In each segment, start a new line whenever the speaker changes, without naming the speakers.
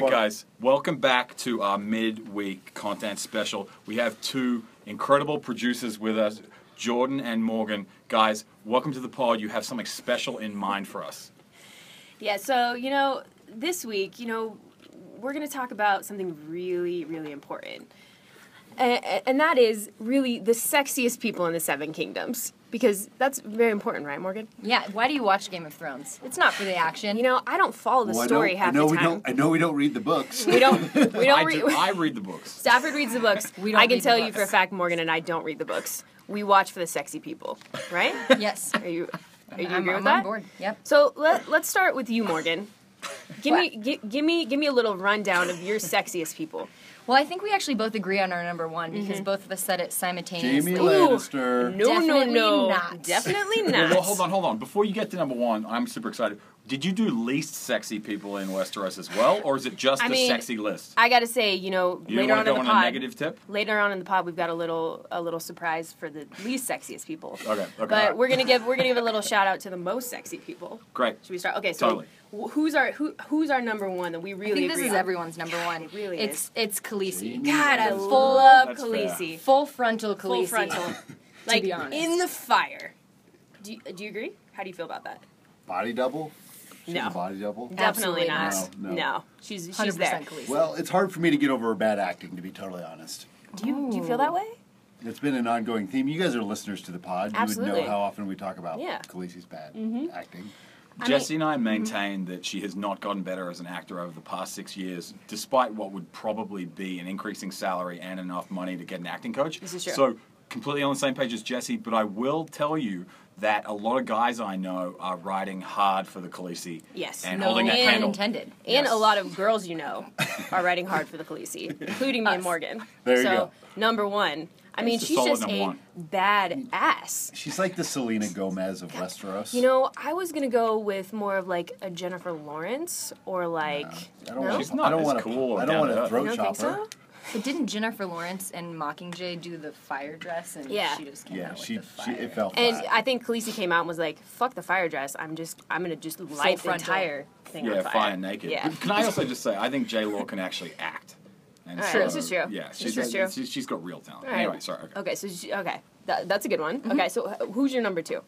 right, guys, welcome back to our midweek content special. We have two incredible producers with us, Jordan and Morgan. Guys, welcome to the pod. You have something special in mind for us.
Yeah, so, you know, this week, you know, we're going to talk about something really, really important. And, and that is really the sexiest people in the Seven Kingdoms. Because that's very important, right, Morgan?
Yeah, why do you watch Game of Thrones? It's not for the action.
You know, I don't follow the
Well, I know-
story
I
half
know
the
we
time.
don't. I know we don't read the books.
We don't. We
I,
don't
do-
read.
I read the books.
Stafford reads the books.
We don't
I can
read the
tell you
books.
for a fact, Morgan and I don't read the books. We watch for the sexy people, right?
Yes.
Are you? Are you agree
I'm, I'm
with
on
that?
board. Yep.
So let let's start with you, Morgan. Give me
What?
gi- give me give me a little rundown of your sexiest people.
Well, I think we actually both agree on our number one because
Mm-hmm.
both of us said it simultaneously.
Jamie
Ooh.
Lannister.
No, no,
Definitely
no,
not.
definitely
Well,
not.
well, hold on, hold on. Before you get to number one, I'm super excited. Did you do least sexy people in Westeros as well, or is it just
I
a
mean,
sexy list?
I gotta say, you know,
You
later
want
on
to
in
go
the
on
pod,
a negative tip?
later on in the pod, we've got a little a little surprise for the least sexiest people.
Okay, okay,
But
all right.
we're gonna give we're gonna give a little shout out to the most sexy people.
Great.
Should we start? Okay, so
Totally.
wh who's our who who's our number one that we really
I think this
agree
is
on?
everyone's number one.
it really
it's
is.
it's Khaleesi.
Jamie
God, I
Lannister.
love
That's
Khaleesi.
Full frontal Khaleesi.
Full frontal, like
be honest.
in the fire. Do you, do you agree? How do you feel about that?
Body double. She's
No.
a body double.
Definitely
Absolutely
not.
not. No, no.
she's she's
100%
there.
Khaleesi.
Well, it's hard for me to get over her bad acting, to be totally honest.
Do you do you feel that way?
It's been an ongoing theme. You guys are listeners to the pod. You
Absolutely.
would know how often we talk about
Yeah. Mm-hmm.
Khaleesi's bad acting.
I mm-hmm.
Jesse and I maintain that she has not gotten better as an actor over the past six years, despite what would probably be an increasing salary and enough money to get an acting coach.
This is true.
So completely on the same page as Jesse, but I will tell you that a lot of guys I know are riding hard for the Khaleesi.
Yes.
And
No
holding that
pun
candle.
intended.
And
Yes.
a lot of girls you know are writing hard for the Khaleesi, including me and
Us.
Morgan.
There you
so,
go.
number one. I mean,
That's a
she's
solid
just
number
a
one.
bad ass.
She's like the Selena Gomez of Westeros.
You know, I was gonna go with more of like a Jennifer Lawrence or like.
I don't
No?
want
She's
to.
not
I don't
as
want to.
cool or
I
down
don't want
to
to
earth.
throat
You don't
chop
think
her.
so?
But didn't Jennifer Lawrence and Mockingjay do the fire dress and
Yeah.
she just came
Yeah,
out
she,
with the
she
fire?
it fell flat.
And I think Khaleesi came out and was like, "Fuck the fire dress. I'm just, I'm gonna just light the
frontal.
entire thing
Yeah,
on
fire.
fire."
naked.
Yeah.
But can I also just say, I think J Law can actually act. And
All right, this is true.
Yeah,
This
she's,
is true.
she's- she's got real talent.
All right.
Anyway, sorry. okay.
Okay, so she, okay, that, that's a good one. Okay, so h- who's your number two?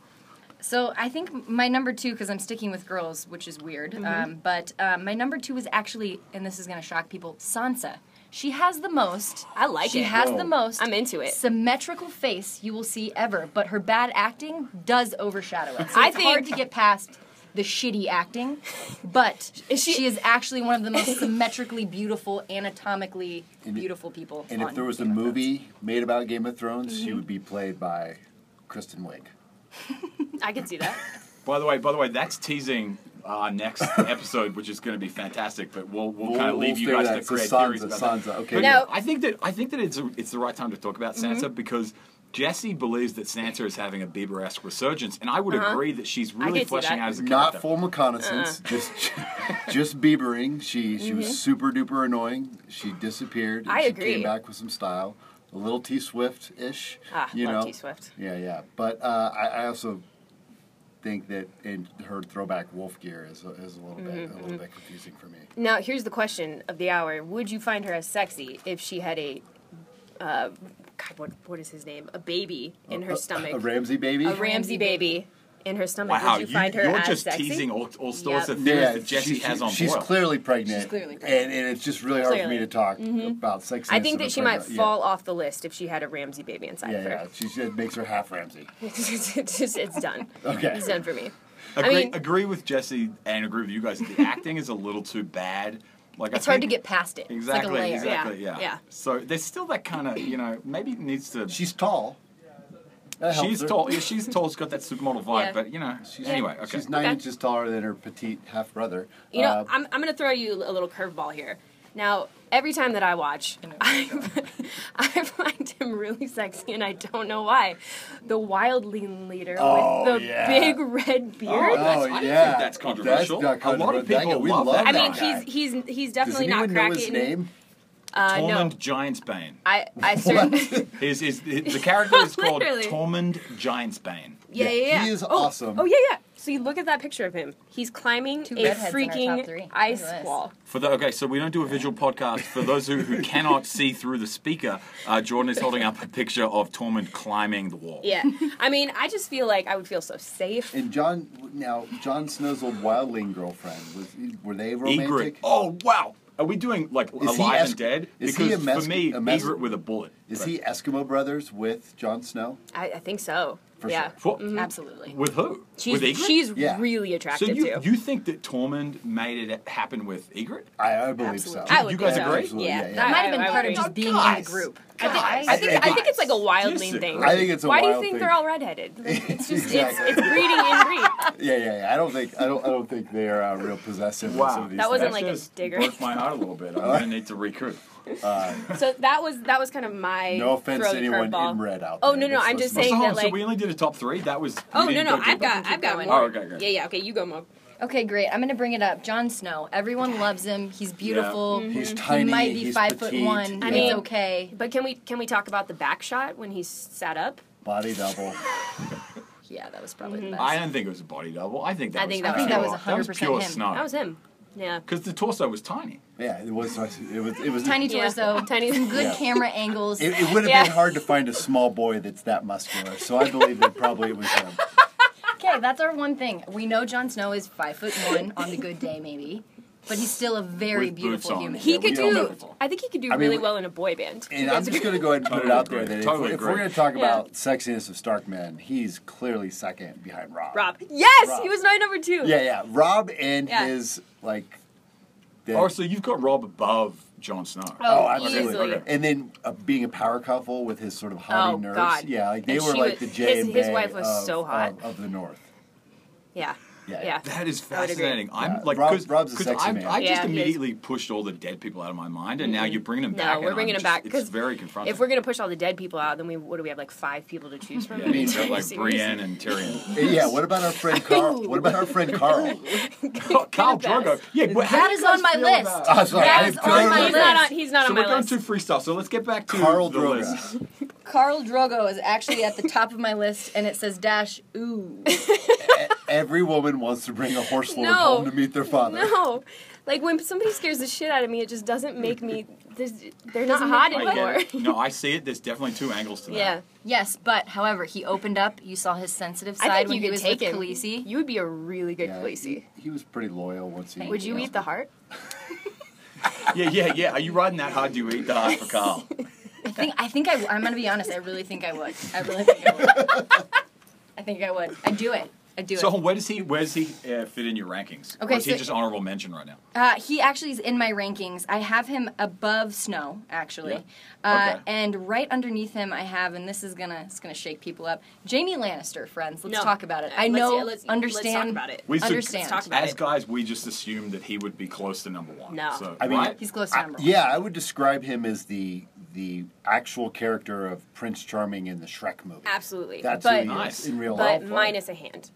So I think my number two, because I'm sticking with girls, which is weird.
Mm-hmm.
Um, but um, my number two is actually, and this is going to shock people, Sansa. She has the most.
I like
she
it.
has
Whoa.
the most.
I'm into it.
Symmetrical face you will see ever, but her bad acting does overshadow it. So
I
it's hard
think-
to get past the shitty acting, but
Is
she,
she-
is actually one of the most symmetrically beautiful, anatomically
And-
beautiful people.
and if
on
there was a
Game of Thrones.
movie made about Game of Thrones, she
Mm-hmm.
would be played by Kristen Wiig.
I can see that.
By the way, by the way, that's teasing our next episode, which is going to be fantastic. But we'll we'll,
We'll-
kind of
we'll
leave you
stay
guys
with
to
that. So
create
Sansa,
theories about that.
Sansa, okay.
But
Now- Mm-hmm.
I think that I think that it's it's the right time to talk about Sansa because. Jesse believes that Sansa is having a Bieber-esque resurgence, and I would agree that she's really
Uh-huh. could see
fleshing
that.
out as a character.
not full reconnaissance,
Uh.
just just Biebering. She she was super duper annoying. She disappeared. and
Mm-hmm. I
she
agree.
Came back with some style, a little T Swift ish.
Ah,
you
love
know.
T. Swift.
Yeah, yeah. But uh, I, I also think that in her throwback wolf gear is a, is a little bit a
Mm-hmm.
little bit confusing for me.
Now, here's the question of the hour: Would you find her as sexy if she had a, uh, God, what what is his name? A baby in her stomach,
A Ramsey baby.
A Ramsey baby in her stomach.
Wow,
Would you, find her
are
as
just
sexy?
teasing all, all sorts
Yep.
of theories
yeah,
that Jesse
she-
has on
she's
boil.
clearly pregnant.
She's clearly pregnant.
and, and it's just really hard for
Clearly. Mm-hmm.
me to talk about sex.
I think that she might fall off the list if she had a Ramsey baby inside
Yeah,
of her.
yeah. She, she makes her half Ramsey.
it's, just- it's done.
Okay.
It's done for me.
agree,
mean-
agree with Jesse and agree with you guys. The acting is a little too bad. Like I
it's hard to
think-
get past it.
Exactly,
It's like a layer.
exactly, yeah.
Yeah, yeah.
So there's still that kind of, you know, maybe it needs to.
She's tall. That helps
she's
her.
tall. Yeah, she's tall. She's got that supermodel vibe,
Yeah.
but you know.
She's,
anyway, okay.
She's nine
Okay.
inches taller than her petite Uh, half brother.
You know, I'm, I'm going to throw you a little curveball here. Now, every time that I watch, I, I find him really sexy, and I don't know why. The wildling leader
Oh,
with the
yeah.
big red
that's-
beard.
I
oh
don't think
yeah,
that's controversial.
not
A lot of
controversial.
people
we
love
love
that
I
guy.
mean,
guy.
he's he's he's
Does
definitely
anyone
not
know
cracking.
his name?
Uh, no,
Tormund Giantsbane.
I I certainly.
His, his, his, the character is called
Literally.
Tormund Giantsbane.
yeah, yeah, yeah.
He is
oh,
awesome.
Oh yeah, yeah. So you look at that picture of him. He's climbing
Two
a
redheads in our top
freaking
three.
ice
Look at this.
wall.
For the, okay, so we don't do a visual podcast. For those who, who cannot see through the speaker, uh, Jordan is holding up a picture of Tormund climbing the wall.
Yeah. I mean, I just feel like I would feel so safe.
And John, now John Snow's old wildling girlfriend was were they
Egret.
romantic?
Oh wow. Are we doing like
Is he
alive
Esk-
and dead?
is he
because
a mes-
for me,
a mes-
Egret with a bullet.
Is he Eskimo brothers with Jon Snow?
I, I think so.
For
yeah.
sure.
What?
Absolutely.
With who?
She's,
with Egret?
she's
Yeah.
really
so
attractive
you,
too.
you think that Tormund made it happen with Egret?
I, I believe so.
I would
you guys
think so.
agree?
Absolutely,
Yeah.
yeah, yeah.
That might have
I-
been
I
part of
would
just
agree.
being in
guys.
the group.
I think, I think it's like a wild lean thing.
Disagree.
I think it's a
Why do you
wild
think
thing.
they're all redheaded? It's just
Exactly.
it's, it's breeding in breed.
Yeah, yeah, yeah. I don't think I don't I don't think they are uh, real possessive. Wow, some of these
That wasn't
things.
like a
just
digger.
Broke my heart a little bit. I'm gonna need to recoup.
So that was that was kind of my
No offense
throw
to
the
anyone
curveball.
in red out
Oh,
there.
no, no,
That's-
I'm just
that's-
saying-
So,
that,
so
like-
we only did a top three. That was.
Oh
we
no
didn't
no,
go
I've
deep.
got I've got
going.
more.
Oh, okay, okay.
Yeah yeah okay, you go more.
Okay, great. I'm gonna bring it up. Jon Snow. Everyone loves him. He's beautiful.
He's
He
tiny.
might be
Mm-hmm. he's
five foot
petite,
one.
yeah.
I mean, it's okay.
But can we can we talk about the back shot when he's sat up?
body double.
Yeah, that was probably the best.
Mm-hmm. I don't think it was a body double. I think that
I
was.
think
pure,
that was- I
think that was 100%
pure
him.
snark.
Oh.
That was him. Yeah.
Because the torso was tiny.
Yeah, it was. It was. It was
Tiny
Yeah.
torso,
Tiny-
some good
uh, Yeah.
camera angles.
It, it would have
Yeah.
been hard to find a small boy that's that muscular. So I believe that probably it was him.
Okay, that's our one thing. We know Jon Snow is five foot one on the good day, maybe, but he's still a very
With boots
beautiful
on.
human.
He
Yeah, we
could
all
do.
know.
I think he could do
I mean,
really
we-
well in a boy band.
And I'm just going to go ahead and put it
Totally
out there
agree.
that
Totally
if, if we're
agree.
going to talk
Yeah.
about sexiness of Starkman, he's clearly second behind Rob.
Rob. Yes,
Rob.
he was my number two.
Yeah, yeah. Rob and
Yeah.
his like. the-
Oh, so you've got Rob above Jon Snow.
Oh,
Oh,
absolutely.
easily.
Okay.
And then uh, being a power couple with his sort of haughty
Oh,
nurse.
God.
Yeah, like they
And
were
she
like
was-
the J
his-
and
his
Bay
wife was
of-
so hot.
of, of the North.
Yeah.
Yeah.
Yeah.
That is
I would agree.
fascinating. I'm
Yeah,
like,
Rob-
cause,
Rob's a
'cause
sexy
I,
man.
I
Yeah,
just
he is. Mm-hmm.
immediately pushed all the dead people out of my mind, and now you're bringing them back.
No, we're
and
bringing
I'm
him back
just-
because
It's very confronting.
If we're gonna push all the dead people out, then we what do we have like five people to choose from?
yeah, you've got,
Are you
like
serious?
Brienne and Tyrion.
And yeah, what about our friend Carl? What about our friend Carl?
Carl
the best.
Drogo. Yeah, wha- how
That
do you
is
guys
on my
feel
list.
about-
Oh, sorry,
That
I
is on
totally
my
He's
forgot.
not on. He's not
so
on
we're
my
going
list.
to freestyle. So let's get back to
Carl
the list.
Drogo.
Carl Drogo is actually at the top of my list, and it says dash ooh.
Every woman wants to bring a horse lord
No.
home to meet their father.
No, like when somebody scares the shit out of me, it just doesn't make me. This, they're not
Doesn't
hot
make-
I
anymore.
get it. No, I see it. There's definitely two angles to that.
Yeah,
Yes, but however, he opened up. You saw his sensitive
I
side
think
when
you
he
could
was
take
with
him.
Khaleesi.
You would be a really good
Yeah,
Khaleesi.
he, he was pretty loyal once he.
Would you eat the heart?
Yeah, yeah, yeah. Are you riding that hard? Do you eat the hard for Carl?
I think I think I, am gonna be honest. I really think I would. I really think I would. I think I would. I do it. I do
So
it.
where does he where does he uh, fit in your rankings?
Okay,
or is he
so-
just honorable mention right now?
Uh, he actually is in my rankings. I have him above Snow, actually,
Yeah.
uh,
Okay.
and right underneath him, I have, and this is gonna it's gonna shake people up. Jamie Lannister, friends, let's
No. Uh,
talk about it. I
Let's-
know,
yeah, let's-
understand,
let's talk about it.
We should-
understand.
Let's talk about
As
it.
guys, we just assumed that he would be close to number one.
No.
So,
I mean-
right?
He's close to number one.
Yeah, I would describe him as the the actual character of Prince Charming in the Shrek movie.
Absolutely.
That's
But-
who he
Nice.
is in real
But
life.
minus a hand.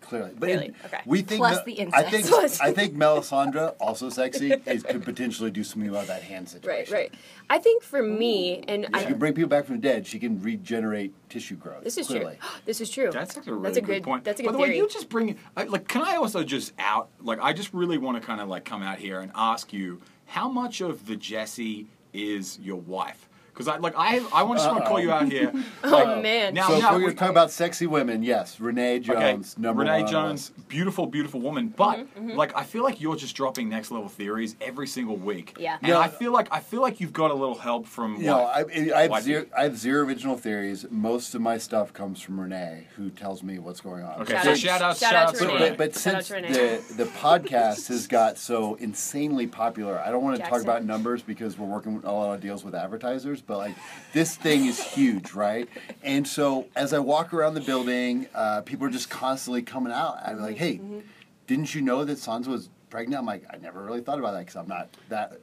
clearly, but
Clearly,
it-
okay.
we think
Plus
that-
the
I think
incest.
I think Melisandre, also sexy, is, could potentially do something about that hand
Right,
situation.
right. I think for me, and
She
I,
can bring people back from the dead. She can regenerate tissue growth.
this is
clearly.
true. This is true.
That's actually a really
That's a
good,
good-
point.
that's a
By
good
the way,
theory.
you just bring I- like. Can I also just out like? I just really want to kind of like come out here and ask you how much of the Jesse is your wife? Because I like I I want to just want to call you out here.
Oh man.
Now-
So if
no,
we're
we-
going to talk about sexy women, yes, Renee
Okay,
Jones, number
Renee
one. on the
Jones, beautiful, beautiful woman. But
Mm-hmm,
like, I feel like you're just dropping next level theories every single week.
Yeah.
And
No.
I feel like I feel like you've got a little help from.
No, I,
wife.
I, have
Wife.
zero, I have zero original theories. Most of my stuff comes from Renee, who tells me what's going on.
Okay,
Shout
so
out-
shout out,
shout
shout
out
out
to
to
But,
Renee.
Renee.
but, but
Shout out
since
to Renee.
the, the podcast has got so insanely popular, I don't want to talk
Jackson.
about numbers because we're working with a lot of deals with advertisers, but like this thing is huge, right? And so as I walk around the building, uh, people are just constantly coming out. I'm like,
Mm-hmm.
hey, didn't you know that Sansa was pregnant? I'm like, I never really thought about that because I'm not that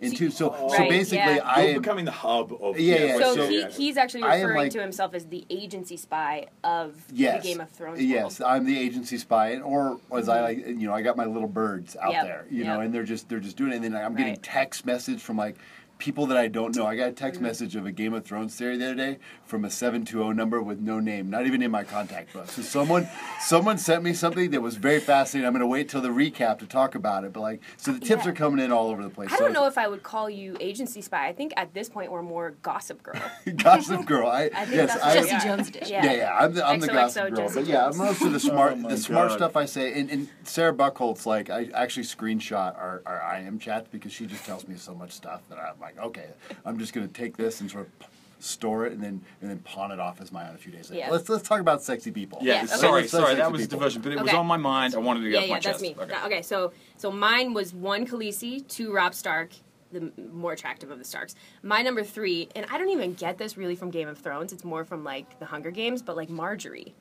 into. So, so
Right,
basically,
yeah.
I
You're
am.
becoming the hub of.
Yeah, yeah,
So,
so-
he, he's actually
I am,
referring
like-
to himself as the agency spy of
Yes.
the Game of Thrones. Mm-hmm.
Yes, I'm the agency spy, and or as I like, you know, I got my little birds out
Yep,
there, you know,
yep.
and they're just they're just doing it. And then I'm getting
Right.
text message from like people that I don't know. I got a
Mm-hmm.
text message of a Game of Thrones theory the other day from a 720 number with no name, not even in my contact book. So someone someone sent me something that was very fascinating. I'm going to wait till the recap to talk about it. But like, so the tips
Yeah.
are coming in all over the place.
I
So
don't know if I would call you agency spy. I think at this point we're more gossip girl.
Gossip Girl. I,
I think
yes,
that's
I,
what
Jesse
we are.
Jones edition.
Yeah, yeah, I'm the, I'm the
XOXO
gossip girl,
Jesse
but yeah, most of the
Oh
smart,
my
the smart
God.
stuff I say, and, and Sarah Buckholtz, like I actually screenshot our, our IM chat because she just tells me so much stuff that I'm like, okay, I'm just gonna take this and sort of p- store it and then and then pawn it off as my own a few days later.
Yeah.
Let's let's talk about sexy people.
Yeah,
Yeah, okay.
sorry,
Let's talk
sorry, that
sexy
was a
people.
diversion, but it was
Okay.
on my mind. I wanted to get
yeah,
off
yeah,
my
that's
chest.
me.
Okay.
Okay. okay, so so mine was one Khaleesi, two Rob Stark, the m- more attractive of the Starks. My number three, and I don't even get this really from Game of Thrones. It's more from like The Hunger Games, but like Marjorie.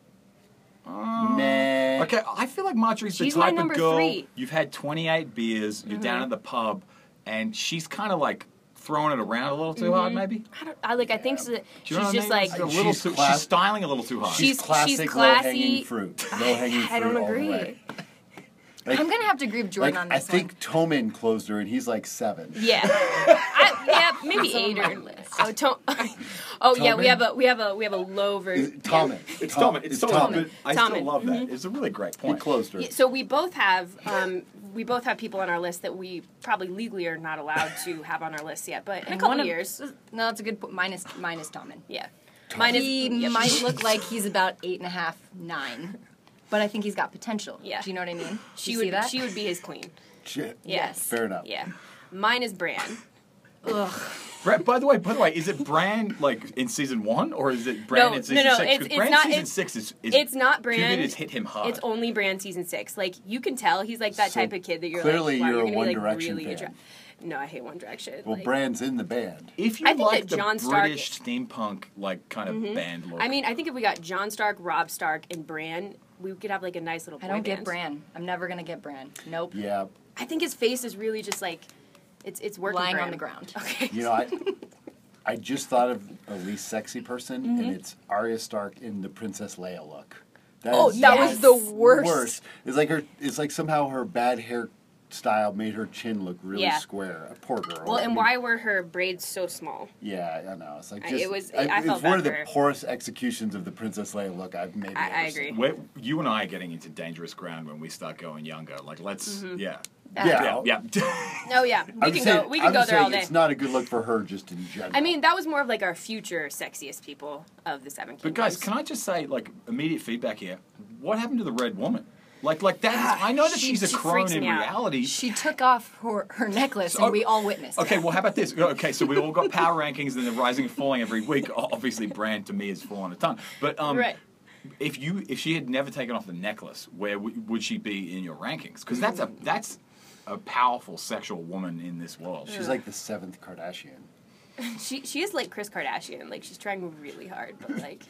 Mm.
Meh.
Okay, I feel like Marjorie's
She's
the
my
type of
number
girl
three. Mm-hmm.
you've had 28 beers, you're down at the pub, and she's kind of like throwing it around a little too hard, maybe.
I don't. I like. I think so,
Do
Mm-hmm. she's
you know what I
just
mean?
like.
It's a little
She's
too-
class-
she's styling a little too hard.
She's-
She's classic
classy.
low-hanging fruit. Low-hanging fruit
I don't
all the
agree.
way. Like-
I'm gonna have to agree with Jordan
like,
on this
I think
one.
Toman closed her, and he's like seven.
Yeah. I, yeah, maybe
on
eight
my
or
list.
oh, to- oh yeah, we
Tommen?
have a we have a we have a low
Is
version.
it Tommen.
it's Tom. It's Tom. But I still
Tommen.
love that. It's a really great
He
point.
closed her.
Yeah, so we both have um, we both have people on our list that we probably legally are not allowed to have on our list yet, but in a
And
couple
one of-
years,
No, that's a good point. Minus minus Tommen.
yeah. Mine is
He
yeah,
might look like he's about eight and a half, nine, but I think he's got potential.
Yeah.
Do you know what I mean?
she
you
would
see that?
she would be his queen.
Shit.
Yes.
Fair enough.
Yeah. Mine is Bran.
Ugh.
Bra- by the way, by the way, is it Bran like in season one or is it Bran
No,
in
no,
season
no,
six?
it's-
'Cause
it's
Bran
not-
season
it's-
six is, is
It's not Bran.
Cupid has hit him hard.
It's only Bran season six. Like you can tell he's like that
So
type of kid that you're
clearly
like, wow,
you're a
gonna
One
be, like,
Direction
really
fan.
attra- no, I hate One Direction.
Well,
like-
Bran's in the band.
if you
I think
like
that
the
Jon Stark- Mm-hmm.
British steampunk like kind of band look,
I mean, I think if we got John Stark, Rob Stark, and Bran, we could have like a nice little.
I
boy
don't get
band.
Bran. I'm never gonna get Bran. Nope.
Yeah,
I think his face is really just like, it's it's working.
Lying
Bran.
on the ground.
Okay.
you know, I, I just thought of the least sexy person,
Mm-hmm.
and it's Arya Stark in the Princess Leia look. That
Oh,
is
that
the
was the worst.
It's like her. It's like somehow her bad hair style made her chin look really
Yeah.
square. A poor girl.
Well,
I
and
mean,
why were her braids so small?
Yeah, I know. It's like
I-
just.
it was- I
it's
felt
one
bad
of the
for her.
poorest executions of the Princess Leia look I've maybe.
I-
ever
I
seen.
agree.
We're- you and I are getting into dangerous ground when we start going younger. Like, let's,
Mm-hmm.
yeah.
Yeah,
Yeah, yeah.
No, yeah, we
I'm
can
just
go.
saying-
We can
I'm
go
just
there all
saying
day.
It's not a good look for her, just in general.
I mean, that was more of like our future sexiest people of the Seven
But
Kingdoms.
guys, can I just say, like, immediate feedback here? What happened to the red woman? Like, like that. is- I know that
Ah, She-
she's a
she
crone
freaks
in
me out.
reality.
She took off her, her necklace,
Oh,
and we all witnessed.
Okay,
it.
well, how about this? Okay, so we all got power rankings and they're rising and falling every week. O- Obviously, Brand to me has fallen a ton. But um,
Right.
if you if she had never taken off the necklace, where w- would she be in your rankings? Because that's
Mm.
a that's a powerful sexual woman in this world.
Mm.
she's like the seventh Kardashian.
She she is like Chris Kardashian. Like she's trying really hard, but like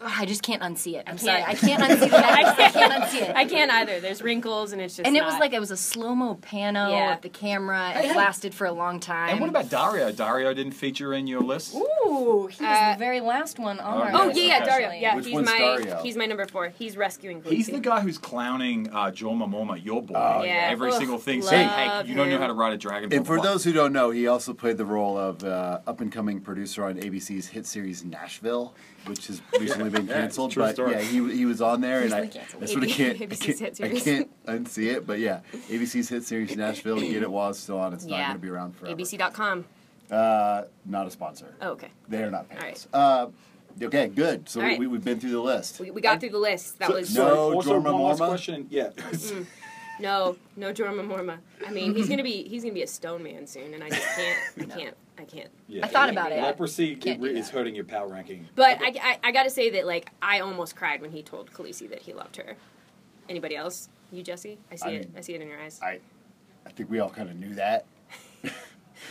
Ugh, I just can't unsee it. I'm
can't.
sorry. I can't unsee the necklace. I can't unsee it.
I can't either. There's wrinkles, and it's just.
and it was
not-
like it was a slow mo pano
Yeah.
of the camera.
Hey,
It
hey.
lasted for a long time.
and what about Dario? Dario didn't feature in your list.
Ooh, he was
Uh,
the very last one on
okay.
our
Oh
list,
yeah, yeah, Dario.
actually.
Yeah,
Which
he's
one's
my
Dario?
he's my number four. He's rescuing.
He's
Khaleesi.
the guy who's clowning uh, Joel Momoma, your boy,
yeah.
every
Ugh,
single thing, saying, "Hey,
love
you don't know
him.
how to ride a dragon."
Oh, And for
blah, blah,
those who don't know, he also played the role of uh, up and coming producer on ABC's hit series Nashville, which has recently been
Yeah,
canceled.
true
but
story.
yeah, he, he was on there, and I,
canceled.
I sort of
AB-
can't, I
ABC's
can't, I
hit series.
can't unsee it. But yeah, ABC's hit series Nashville, get it while it's still on. It's not
Yeah.
going to be around forever.
ABC.com.
Uh, not a sponsor.
Oh, okay.
They are not paying
All
us. Uh, okay, good. So
All right.
we, we've been through the list.
We, we got through the list. That
So-
was Mm.
sorry,
No
also
Jorma
one last
Morma?
question. Yeah.
No, no Jorma Morma. I mean, he's gonna be he's gonna be a stone man soon, and I just can't, I can't, I can't.
Yeah.
I thought about it.
Leprosy
Can't do
is
that.
hurting your power ranking.
But I, I, I gotta say that like I almost cried when he told Khaleesi that he loved her. Anybody else? You Jesse? I see
I
it.
mean,
I see it in your eyes.
I, I think we all kind of knew that.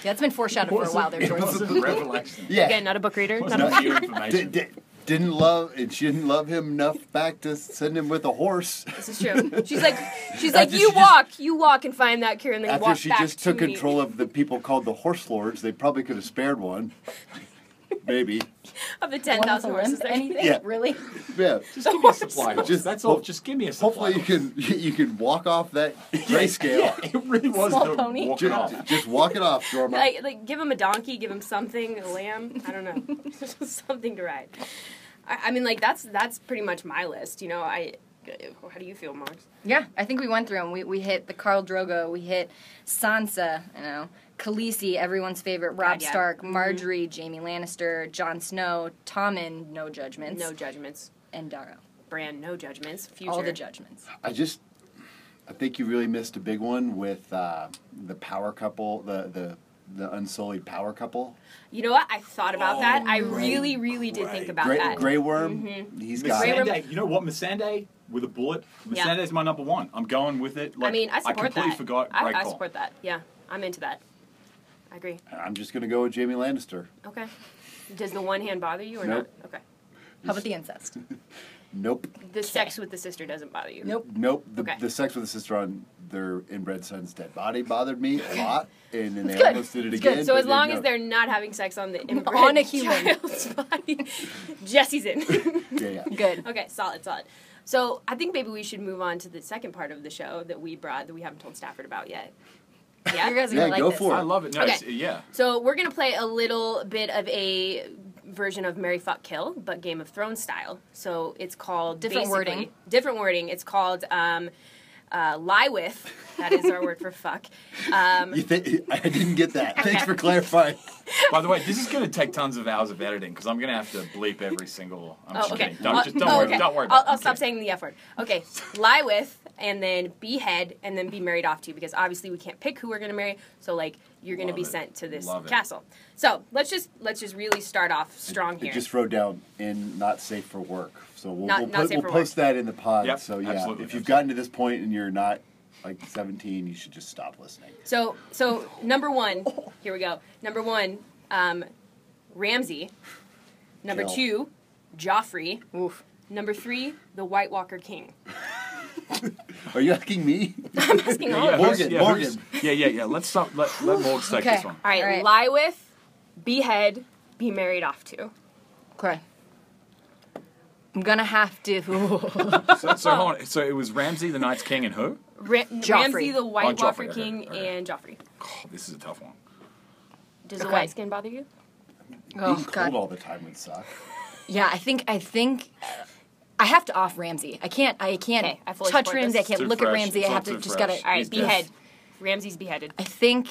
Yeah, it's been foreshadowed for a while there, Jordan.
revelation.
Yeah.
Again, not a book reader. Not
Wasn't
a
that new information?
Di- di- didn't love and she didn't love him enough back to send him with a horse
this is true. She's like, she's like,
After
you
she just-
walk, you walk and find that cure, and then you
after
walk
she
back
just
to
took
me.
control of the people called the horse lords they probably could have spared one Maybe.
of the ten thousand horses. there.
anything?
Yeah.
Really?
Yeah.
Just give me a supply horse.
Just-
That's all. Just give me a supply
Hopefully you can you can walk off that grayscale.
Yeah, it really was
Small
the
pony.
walking
Ju-
off.
ju- Just walk it off, Jorma.
like, like give him a donkey, give him something, a lamb. I don't know, Just something to ride. I, I mean, like that's that's pretty much my list. You know, I. How do you feel, Mars?
Yeah, I think we went through them. We, we hit the Carl Drogo, we hit Sansa, you know, Khaleesi, everyone's favorite, Rob
God, yeah. Mm-hmm.
Stark, Marjorie, Jamie Lannister, Jon Snow, Tommen, no judgments,
No judgments,
and Darrow.
brand. No judgments. Future.
All the judgments.
I just, I think you really missed a big one with uh, the power couple, the the the unsullied power couple.
You know what? I thought about
Oh,
that. I
great,
really, really did think
great,
about
Gray,
that.
Gray Worm, he's got
Grey
it.
Worm-
Missandei, you know what? Missandei with a bullet.
Yeah.
Missandei's my number one. I'm going with it. Like,
I mean, I support
completely
that.
forgot.
I,
Great
I
call.
support that. Yeah, I'm into that. I agree.
I'm just gonna go with Jamie Lannister.
Okay. Does the one hand bother you or
Nope.
not? Okay.
How about the incest?
Nope,
The sex with the sister doesn't bother you.
Nope.
nope. The,
Okay.
the sex with the sister on their inbred son's dead body bothered me a lot, and then they
good.
almost did it
It's good.
again.
So
but
as long
then
as
no.
they're not having sex on the inbred
On a human.
child's body, Jesse's in.
yeah, yeah.
Good.
okay, solid, solid. So I think maybe we should move on to the second part of the show that we brought that we haven't told Stafford about yet. Yeah.
You guys are
Yeah,
gonna like
go
this.
for
I love it. No,
Okay.
it's, yeah.
So we're gonna play a little bit of a version of Mary Fuck Kill, but Game of Thrones style. So it's called
Different
basically-
wording.
Different wording. It's called um, uh, lie with. That is our word for fuck. Um,
You thi- I didn't get that. Thanks for clarifying.
By the way, this is going to take tons of hours of editing because I'm going to have to bleep every single. I'm just
oh, okay.
kidding. Don't,
I'll-
just don't
oh,
worry.
okay.
Don't worry.
I'll,
about it.
I'll
I'm
stop
kidding.
saying the F word. Okay, lie with, and then behead, and then be married off to, because obviously we can't pick who we're gonna marry. So like, you're gonna
Love
be
it.
sent to this
Love it.
castle. So let's just let's just really start off strong
It
here.
just wrote down in not safe for work. So we'll,
Not-
we'll,
not
put,
safe
we'll
for
post that in the pod.
Yep,
so yeah,
absolutely,
if you've
absolutely.
gotten to this point and you're not like 17, you should just stop listening.
So, so number one, here we go. Number one, um, Ramsey. Number
Kill.
two, Joffrey. Number three, the White Walker King.
Are you asking me?
I'm asking all
Yeah,
of you.
who's-
Morgan,
yeah,
Morgan.
who's- Yeah, yeah, yeah. Let's stop. Let, let Morgan take
Okay.
this one.
All right,
All right.
lie with, behead, be married off to.
Okay. I'm gonna have to. oh,
So, so, hold on. so it was Ramsey, the Night's King, and who?
Ra- Ramsey, the White
Oh, Joffrey,
Walker
okay,
King,
okay.
and Joffrey.
Oh, this is a tough one.
Does the
Okay.
white skin bother you?
Oh,
Being
God.
cold all the time would suck.
yeah, I think I think I have to off Ramsey. I can't. I can't
Okay, I fully
touch
support
Ramsey.
this.
I can't
Too
look at
fresh.
Ramsey.
It's
I
all
have to
too
just
fresh.
gotta.
All right,
He's dead.
behead. Ramsey's beheaded.
I think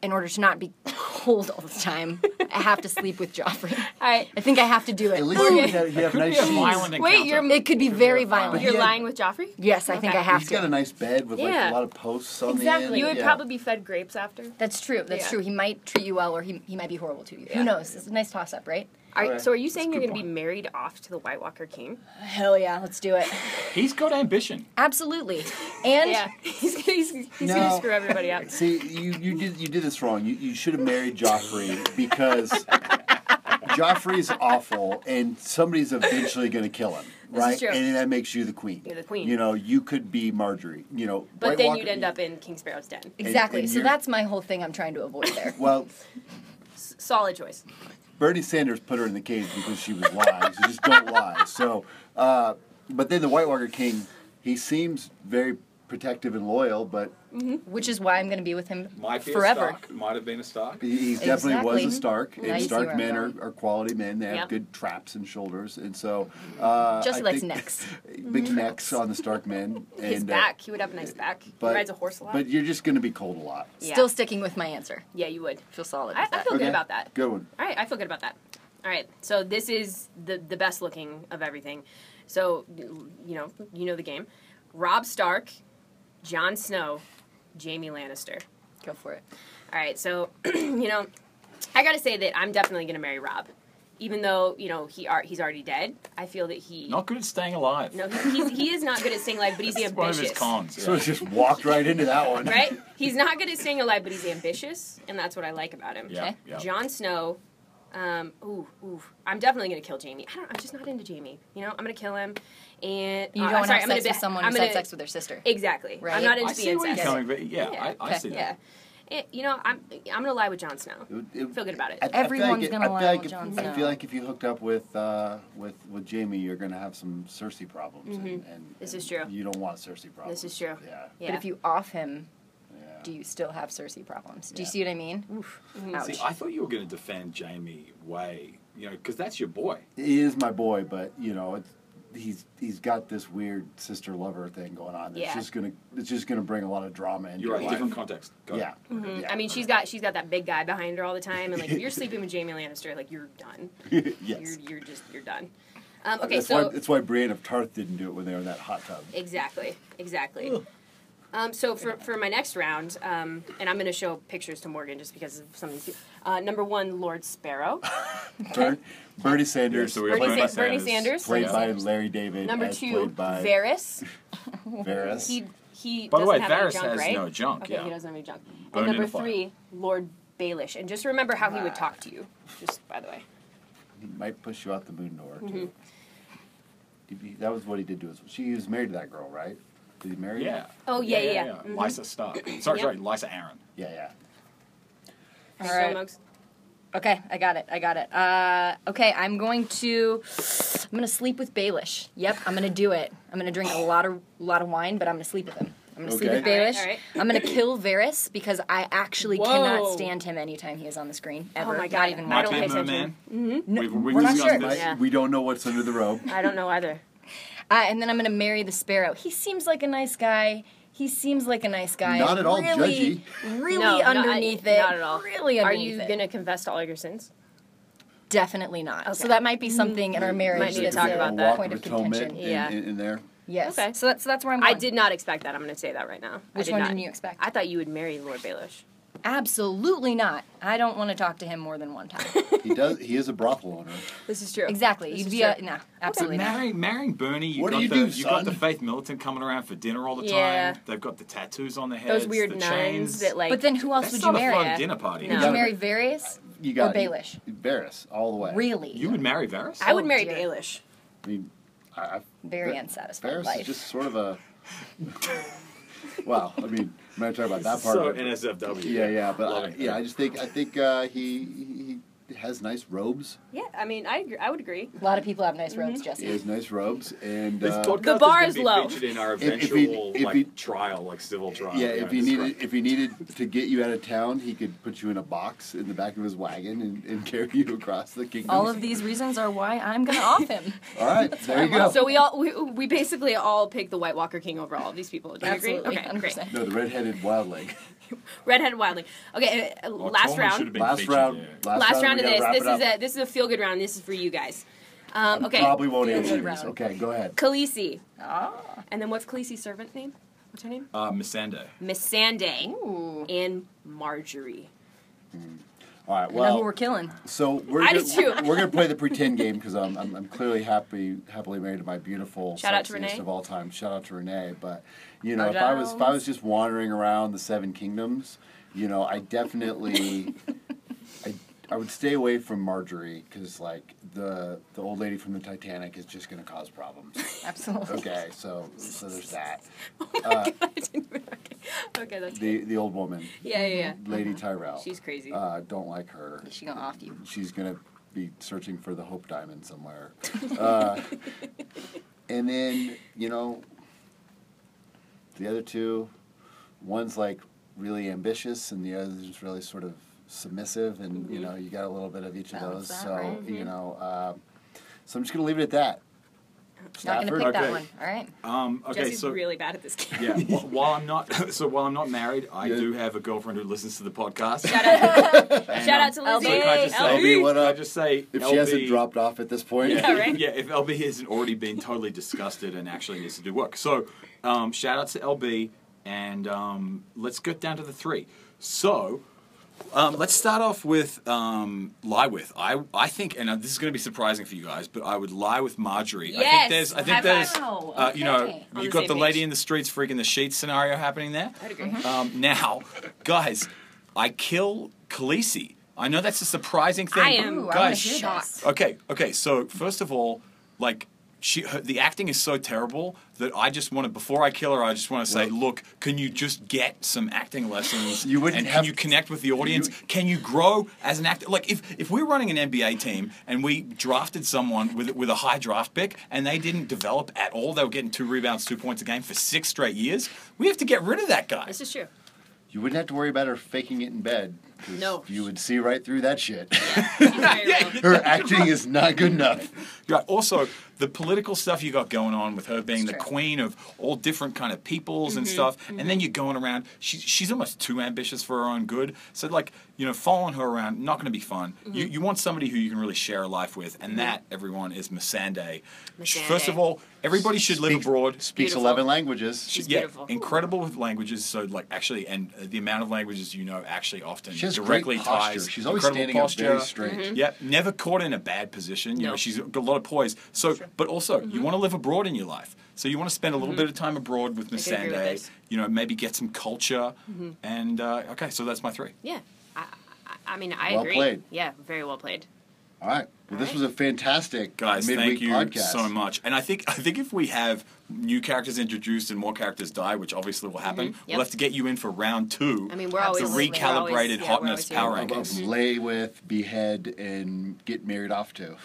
in order to not be cold all the time, I have to sleep with Joffrey.
All right.
I think I have to do it.
At least you have, you
Could
have
be
nice
a
sheets.
violent encounter.
Wait, you're-
It could be very
violent.
violent.
You're
Yeah.
lying with Joffrey?
Yes, I think
Okay.
I have
He's got a
to.
nice bed with like
Yeah.
a lot of posts on the end.
Exactly.
You would
yeah.
probably be fed grapes after.
That's true. That's
Yeah.
true. He might treat you well, or he, he might be horrible to you.
Yeah.
Who knows? It's a nice toss up, right?
Are,
Okay.
So are you saying
That's a
you're
good
going to be married off to the White Walker King?
Hell yeah, let's do it.
He's got ambition.
Absolutely. And
Yeah, he's, he's, he's going to
No.
screw everybody up.
See, you, you did you did this wrong. You, you should have married Joffrey because Joffrey's awful, and somebody's eventually going to kill him,
is
right?
true.
And then that makes you the queen.
You're the queen.
You know, you could be Marjorie. You know,
But
White
then
Walker-
you'd end up in King Sparrow's den.
exactly.
and
so
you're-
that's my whole thing I'm trying to avoid there.
Well,
S- Solid choice.
Bernie Sanders put her in the cage because she was lying. so just don't lie. So, uh, but then the White Walker King, he seems very protective and loyal, but
Which is why I'm going to be with him forever.
Might have been a stock.
he he definitely was
Exactly.
a Stark.
Now you
And
see
Stark
where I'm
men are,
going.
are quality men. They have
Yeah.
good traps and shoulders, and so
Mm-hmm.
uh,
Jesse
I
likes
think-
necks.
big necks on the Stark men.
His
and, uh,
back, he would have a nice back.
but-
he rides a horse a lot.
But you're just going to be cold a lot.
yeah.
Still sticking with my answer.
yeah, you would.
Feel solid.
I,
with
I
that.
feel good about that.
Good one.
All right, I feel good about that. All right, so this is the the best looking of everything. So you know, you know the game. Rob Stark, Jon Snow, Jamie Lannister.
Go for it.
All right, so you know, I gotta say that I'm definitely gonna marry Rob, even though you know he are he's already dead. I feel that he
Not good at staying alive.
no he, he's, he is not good at staying alive, but he's
It's one of his
ambitious.
cons.
So it's just walked right into that one.
Right? He's not good at staying alive, but he's ambitious, and that's what I like about him.
Yeah,
Okay.
yeah.
Jon Snow. Um, ooh, ooh. I'm definitely gonna kill Jamie. I don't. I'm just not into Jamie. You know, I'm gonna kill him. And
You
uh,
don't
I'm
want to
sorry, I'm gonna
have sex with
be-
someone
I'm
who's
gonna,
had sex with their sister.
Exactly.
Right.
I'm not
I
into the
see where you're
incest.
coming, but yeah, I, I
Okay.
see that.
Yeah. eh, you know, I'm I'm gonna lie with Jon Snow.
It would- it-
Feel good about it.
I- I feel
Everyone's
like it-
gonna
I feel
lie
like
to
if-
Jon
I
Snow.
feel like if you hooked up with uh, with with Jamie, you're gonna have some Cersei problems, and, and
Mm-hmm. This
and
is true.
You don't want Cersei problems.
This is true.
Yeah.
Yeah.
But if you off him,
yeah.
do you still have Cersei problems? Do you
Yeah.
see what I mean? Ouch.
See, I thought you were going to defend Jamie Way, you know, because that's your boy.
He is my boy, but you know, it's, he's he's got this weird sister lover thing going on. It's
Yeah.
just gonna it's just gonna bring a lot of drama into
You're
your
right.
life.
Different context. Go
yeah.
Mhm.
yeah.
I mean, she's got she's got that big guy behind her all the time, and like if you're sleeping with Jamie Lannister, like you're done.
yes.
You're you're just you're done. Um, okay,
that's
so
why that's why Brienne of Tarth didn't do it when they were in that hot tub.
Exactly, exactly. Um, so for, for my next round, um, and I'm going to show pictures to Morgan just because of something. Uh, number one, Lord Sparrow.
Bern, Bernie
Yeah,
Sanders
so we got
Bernie
played,
Sa-
by,
Sanders.
Bernie Sanders.
played
Yeah.
by Larry David,
Number
as
two,
played by
Varys.
Varys.
He he.
By the
doesn't
way,
have any
Varys
junk,
has
right?
no junk,
Okay,
yeah.
he doesn't have any junk.
Bone
And
in
number
the fire.
three, Lord Baelish, and just remember how he would talk to you. Just by the way.
He might push you out the moon door
Mm-hmm.
too. Did he- That was what he did to us. She was married to that girl, right? Did he marry? her?
Yeah.
Oh yeah, yeah. yeah, Mhm.
Lysa Stark. Sorry,
Yep.
sorry, Lysa Aaron.
Yeah, yeah.
All
So,
right.
Mugs,
Okay, I got it. I got it. Uh, okay, I'm going to. I'm gonna sleep with Baelish. Yep, I'm gonna do it. I'm gonna drink a lot of lot of wine, but I'm gonna sleep with him. I'm gonna sleep
Okay.
with
All right,
Baelish.
all right.
I'm gonna kill Varys because I actually
Whoa. Oh
cannot stand him anytime he is on the screen. Ever.
my
Not
God.
even
I
Might
once.
be
don't pay
a merman.
attention.
Mm-hmm.
We've, we've
We're not
discussed
sure.
this.
Might-
Yeah.
We don't know what's under the robe.
I don't know either.
Uh, and then I'm gonna marry the sparrow. He seems like a nice guy. He seems like a nice guy.
Not at all
really, Really
No, not-
underneath it.
not at all.
Really
Are
underneath
you
it.
going to confess to all your sins?
Definitely not. So
Okay.
that Mm. might be something in our marriage.
Might need to
that's
talk
a
about that.
Point of
atonement
contention.
in-
Yeah.
in, in there.
Yes.
Okay.
So that's that's where I'm going.
I did not expect that. I'm going to say that right now. I
Which
did
one
not.
didn't you expect?
I thought you would marry Lord Baelish.
Absolutely not. I don't want to talk to him more than one time.
He does. He is a brothel owner.
This is true.
exactly.
This
You'd
is
be
true.
a nah. Absolutely not.
Marrying, marrying Bernie, you
What do
got
you
the,
do,
you got
son?
the Faith Militant coming around for dinner all the time.
Yeah.
They've got the tattoos on their heads.
Those weird
the
nuns
chains.
that like.
But then who else
That's
would
not
you marry?
a fun
eh?
dinner party.
No.
Would
gotta-
you marry Varys?
You got
Baelish.
Varys, all the way.
Really?
You would marry Varys?
I would
Oh,
marry
dear.
Baelish.
I mean, I, I,
Very
Var-
unsatisfied
Varys
life.
is just sort of a. wow. I mean, I'm not talking about that part.
so
of it.
NSFW.
yeah, yeah, but
Love
I,
it.
yeah, I just think I think uh, he he- he has nice robes.
Yeah, I mean, I agree. I would agree.
a lot of people have nice robes,
He
Jesse.
has nice robes, and
This
uh,
podcast
The bar
gonna
is
be
low.
featured in our
if
eventual
he- if
like
he-
trial, like civil trial.
yeah, if he
that's
needed
right.
if he needed to get you out of town, he could put you in a box in the back of his wagon and, and carry you across the kingdom.
All of these reasons are why I'm gonna off him.
All right, there you go.
Uh-huh. So we all we, we basically all pick the White Walker King over all of these people. Do you agree?
Absolutely,
Okay, great.
100%.
no, the red-headed wildling.
Redheaded Wildling. Okay, uh, uh,
Well,
last
Tolman should've
round.
been
Last
featured,
round,
yeah.
last,
Last round
we
of
gotta
this.
wrap
This
it
is
up.
a this is a feel good round. This is for you guys. Um, okay.
Probably won't
Feel
answer
good
these.
round.
Okay, go ahead.
Khaleesi.
Ah.
And then what's Khaleesi's servant's name? What's her name?
Uh, Missandei.
Missandei
Ooh.
and Marjorie.
All right,
I know who
well,
we're killing.
so we're
I
gonna,
do too.
we're gonna play the pretend game because I'm, I'm I'm clearly happy happily married to my beautiful
Shout out to
sexiest
Renee.
of all time. Shout out to Renee, but you know if
Shout
I was if I
outs.
was just wandering around the Seven Kingdoms, you know I definitely. I, I would stay away from Marjorie because, like, the the old lady from the Titanic is just going to cause problems.
Absolutely.
Okay, so so there's that.
I didn't even- okay. okay, that's
The the old woman,
yeah, yeah, yeah.
Lady
Uh-huh.
Tyrell.
She's crazy.
Uh, don't like her.
She gonna off you.
she's gonna be searching for the hope diamond somewhere. uh, and then you know, the other two, one's like really ambitious, and the other's just really sort of submissive, and you know, you got a little bit of each of
Balance
those.
Mm-hmm. that,
so
right? Mm-hmm.
you know, um, so I'm just gonna leave it at that.
Not gonna
Stafford?
pick
Okay.
that one. All right.
Um, okay,
Jesse's
so
really bad at this game.
yeah, wh- while I'm not so while I'm not married, I
Yeah.
do have a girlfriend who listens to the podcast.
Shout out,
And,
shout
um,
out to
LB.
Lindsay.
So can I just say,
LB, what
can I
up?
just say
If
LB,
she hasn't dropped off at this point,
Yeah,
right?
yeah, if LB isn't already been totally disgusted and actually needs to do work. So, um, shout out to LB, and um, let's get down to the three. So, um, let's start off with um, lie with. I I think, and uh, this is going to be surprising for you guys, but I would lie with Marjorie. I
Yes!
think there's, I think
High Oh,
there's,
five.
uh,
Wow,
you know,
okay.
On
you've
the
got the
same
lady
page.
in the streets freaking the sheets scenario happening there.
I'd agree.
Um, now, guys, I kill Khaleesi. I know that's a surprising thing.
I am- Ooh, I
wanna
guys.
hear this.
Okay, okay. So first of all, like she her, the acting is so terrible that I just want to before I kill her I just want to say
Well-
look can you just get some acting lessons
You wouldn't
and
have-
can you connect with the audience can you grow as an actor like if if we're running an NBA team and we drafted someone with with a high draft pick and they didn't develop at all they were getting two rebounds two points a game for six straight years we have to get rid of that guy
This is true.
You wouldn't have to worry about her faking it in bed. 'cause
No.
You would see right through that shit.
She's very
Yeah.
real.
her acting is not good enough.
Right. Also, the political stuff you got going on with her being the
true.
queen of all different kind of peoples
Mm-hmm,
and stuff, and then you're going around. She's she's almost too ambitious for her own good. So like you know, following her around not going to be fun. You
Mm-hmm.
you want somebody who you can really share a life with, and that everyone is Missandei. Sh- First
Missandei.
of all, everybody should live
Speaks-
abroad.
Speaks
Beautiful.
11 languages.
She's
yeah,
beautiful.
incredible with languages. So, like, actually, and uh, the amount of languages you know actually often
She has
directly
great posture.
ties.
She's always
incredible
standing up very
posture.
straight.
Mm-hmm.
Mhm.
Yep, never caught in a bad position. You
No. Mm-hmm.
know, she's got a lot of poise. So, but also, you want to live abroad in your life. So, you want to spend a little bit of time abroad with Miss
could Mm-hmm. agree with
Sande.
this. Mm-hmm.
You know, maybe get some culture. And uh, okay, so that's my three.
Yeah. I, I, I mean, I
Well
agree.
played.
Yeah, very well played.
All right. Well, this
All
was a fantastic
guys
midweek
thank you
podcast.
so much and i think i think if we have new characters introduced and more characters die which obviously will happen
Mm-hmm. Yep.
we'll have to get you in for round two
I mean, we're
the
always
Absolutely.
recalibrated
we're always- yeah, we're
hotness
always here.
power
Of-
rankings
Of lay with, behead, and get married off to.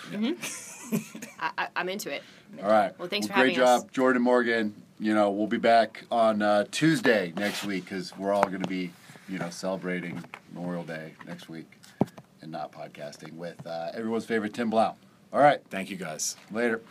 I, I, I'm into it.
All right.
Well, thanks for
great
having us.
job, Jordan Morgan. You know, we'll be back on uh, Tuesday next week because we're all going to be, you know, celebrating Memorial Day next week and not podcasting with uh, everyone's favorite Tim Blau. All right.
thank you guys
Later.